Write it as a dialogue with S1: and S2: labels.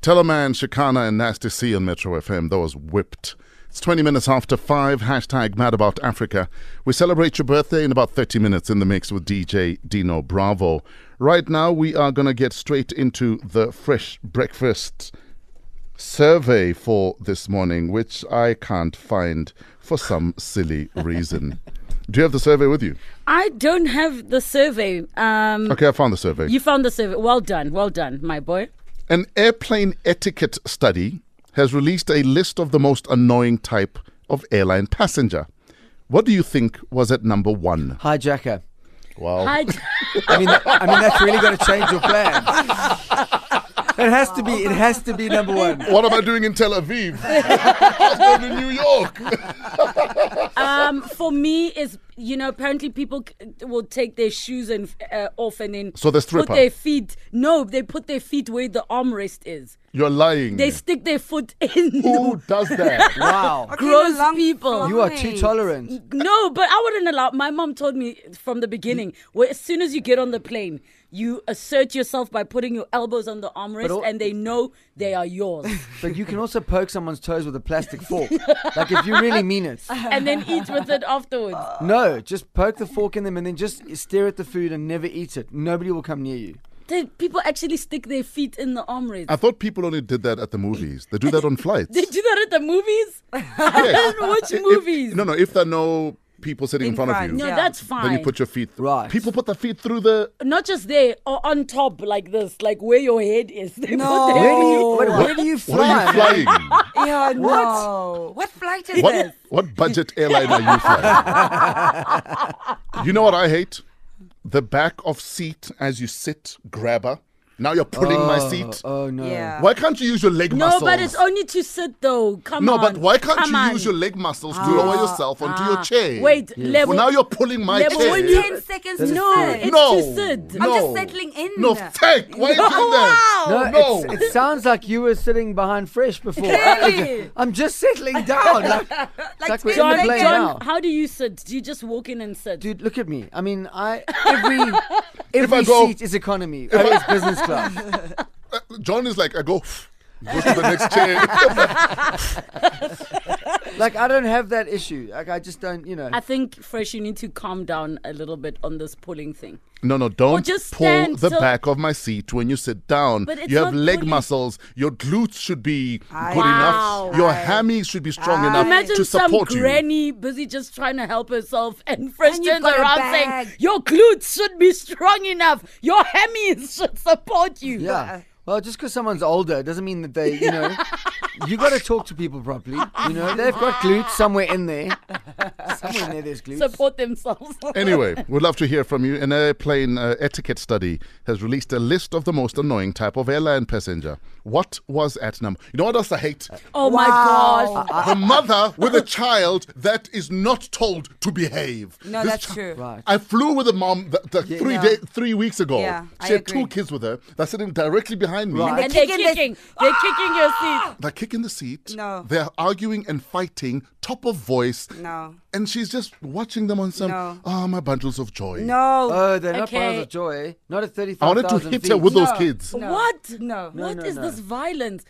S1: Telemann, Chicana, and Nasty C on Metro FM. Those whipped. It's 20 minutes after 5. Hashtag mad about Africa. We celebrate your birthday in about 30 minutes in the mix with DJ Dino Bravo. Right now, we are going to get straight into the fresh breakfast survey for this morning, which I can't find for some silly reason. Do you have the survey with you?
S2: I don't have the survey. Um,
S1: Okay, I found the survey.
S2: You found the survey. Well done. Well done, my boy.
S1: An airplane etiquette study has released a list of the most annoying type of airline passenger. What do you think was at number one?
S3: Hijacker.
S1: Wow.
S2: I,
S3: I mean, that, I mean, that's really going to change your plans. It has to be. It has to be number one.
S1: What am I doing in Tel Aviv? I was going to New York.
S2: um, for me, is you know apparently people c- will take their shoes and uh, off and then
S1: So the
S2: put
S1: stripper.
S2: their feet. No, they put their feet where the armrest is.
S1: You're lying.
S2: They stick their foot in.
S1: Who does that?
S3: Wow,
S2: Gross
S4: long
S2: people.
S4: from
S3: you are too
S4: it.
S3: tolerant.
S2: No, but I wouldn't allow. My mom told me from the beginning. Where as soon as you get on the plane, you assert yourself by putting your elbows on the armrest,
S3: al-
S2: and they know they are yours.
S3: But you can also poke someone's toes with a plastic fork. Like if you really mean it.
S2: and then eat with it afterwards.
S3: No, just poke the fork in them and then just stare at the food and never eat it. Nobody will come near you.
S2: The people actually stick their feet in the armrest.
S1: I thought people only did that at the movies. They do that on flights.
S2: They do that at the movies. I don't watch
S1: If-
S2: movies.
S1: no, no. If there are no people sitting in,
S4: In
S1: front,
S4: front,
S1: of you,
S2: No,
S4: Yeah.
S2: that's
S1: then you
S2: fine.
S1: put your feet.
S3: Right.
S1: People put their feet through the.
S2: Not just there, or on top like this, like where your head is. They
S4: No.
S2: put their
S3: Where do you, but
S4: Oh.
S3: where do you
S1: What are
S3: fly?
S1: you flying?
S4: Yeah, no. What flight is
S1: What
S4: this?
S1: what budget airline are you flying? you know what I hate? The back of seat as you sit grabber. Now you're pulling my seat.
S3: Oh no.
S4: Yeah.
S1: Why can't you use your leg
S2: No,
S1: muscles?
S2: but it's only to sit though. Come
S1: no,
S2: on.
S1: but why can't
S2: Come
S1: you
S2: on. Ah.
S1: use your leg muscles to lower yourself onto your chair?
S2: Wait, level.
S1: Well, now you're pulling my
S2: Level
S1: chair.
S2: when you-
S4: Ten seconds
S3: This
S4: to
S3: is
S2: No,
S4: sit.
S2: it's
S1: no,
S2: too soon.
S1: no,
S4: I'm just settling in.
S1: No, thank. Why are you doing that?
S3: No,
S1: Oh, No.
S3: it's- it sounds like you were sitting behind fresh before.
S2: Really?
S3: I'm just settling down. Like, it's like we're
S2: John,
S3: in a plane
S2: John,
S3: now.
S2: how do you sit? Do you just walk in and sit?
S3: Dude, look at me. I mean, I every every
S1: I go-
S3: seat is economy. Oh, it's business class.
S1: John is like, I go. Go to the next chair.
S3: Like I don't have that issue. Like I just don't. You know.
S2: I think Fresh, you need to calm down a little bit on this pulling thing.
S1: No, no, don't
S2: just
S1: pull
S2: stand
S1: the
S2: till-
S1: back of my seat when you sit down.
S2: But it's
S1: you have
S2: not
S1: leg
S2: pulling.
S1: muscles. Your glutes should be
S4: Aye.
S1: good
S2: Wow.
S1: enough. Your hammies should be strong enough
S2: Imagine
S1: to
S2: some
S1: support you.
S2: granny busy just trying to help herself, and Fresh
S4: And you've
S2: turns
S4: got a
S2: around saying,
S4: bag.
S2: "Your glutes should be strong enough. Your hammies should support you."
S3: yeah. Well, just because someone's older doesn't mean that they. You know. You got to talk to people properly. You know, they've got glutes somewhere in there. Somewhere in there, there's glutes.
S2: Support themselves.
S1: Anyway, we'd love to hear from you. An airplane uh, etiquette study has released a list of the most annoying type of airline passenger. What was at number? You know what else I hate?
S2: oh my
S4: Wow.
S2: gosh.
S1: the mother with a child that is not told to behave.
S4: No,
S1: This
S4: that's
S1: chi-
S4: true.
S3: Right.
S1: I flew with a mom th- th- three
S4: Yeah.
S1: day, three weeks ago.
S4: Yeah,
S1: she
S4: I
S1: had
S4: agree.
S1: two kids with her. They're sitting directly behind me.
S3: Right.
S2: And they're
S4: Kicking this-
S2: kicking. They're kicking your seat.
S1: They're kicking the seat.
S4: No.
S1: They're arguing and fighting, top of voice.
S4: No.
S1: And she's just watching them on some,
S4: No.
S1: ah, my bundles of joy.
S4: No.
S3: Oh, they're not
S2: Okay.
S3: bundles of joy. Not at
S1: I
S3: thirty-five
S1: wanted
S3: thousand
S1: to
S3: feet.
S1: hit her with
S4: No.
S1: those kids.
S4: No.
S2: What?
S4: No.
S2: What
S3: no,
S2: is
S3: no.
S2: this violence?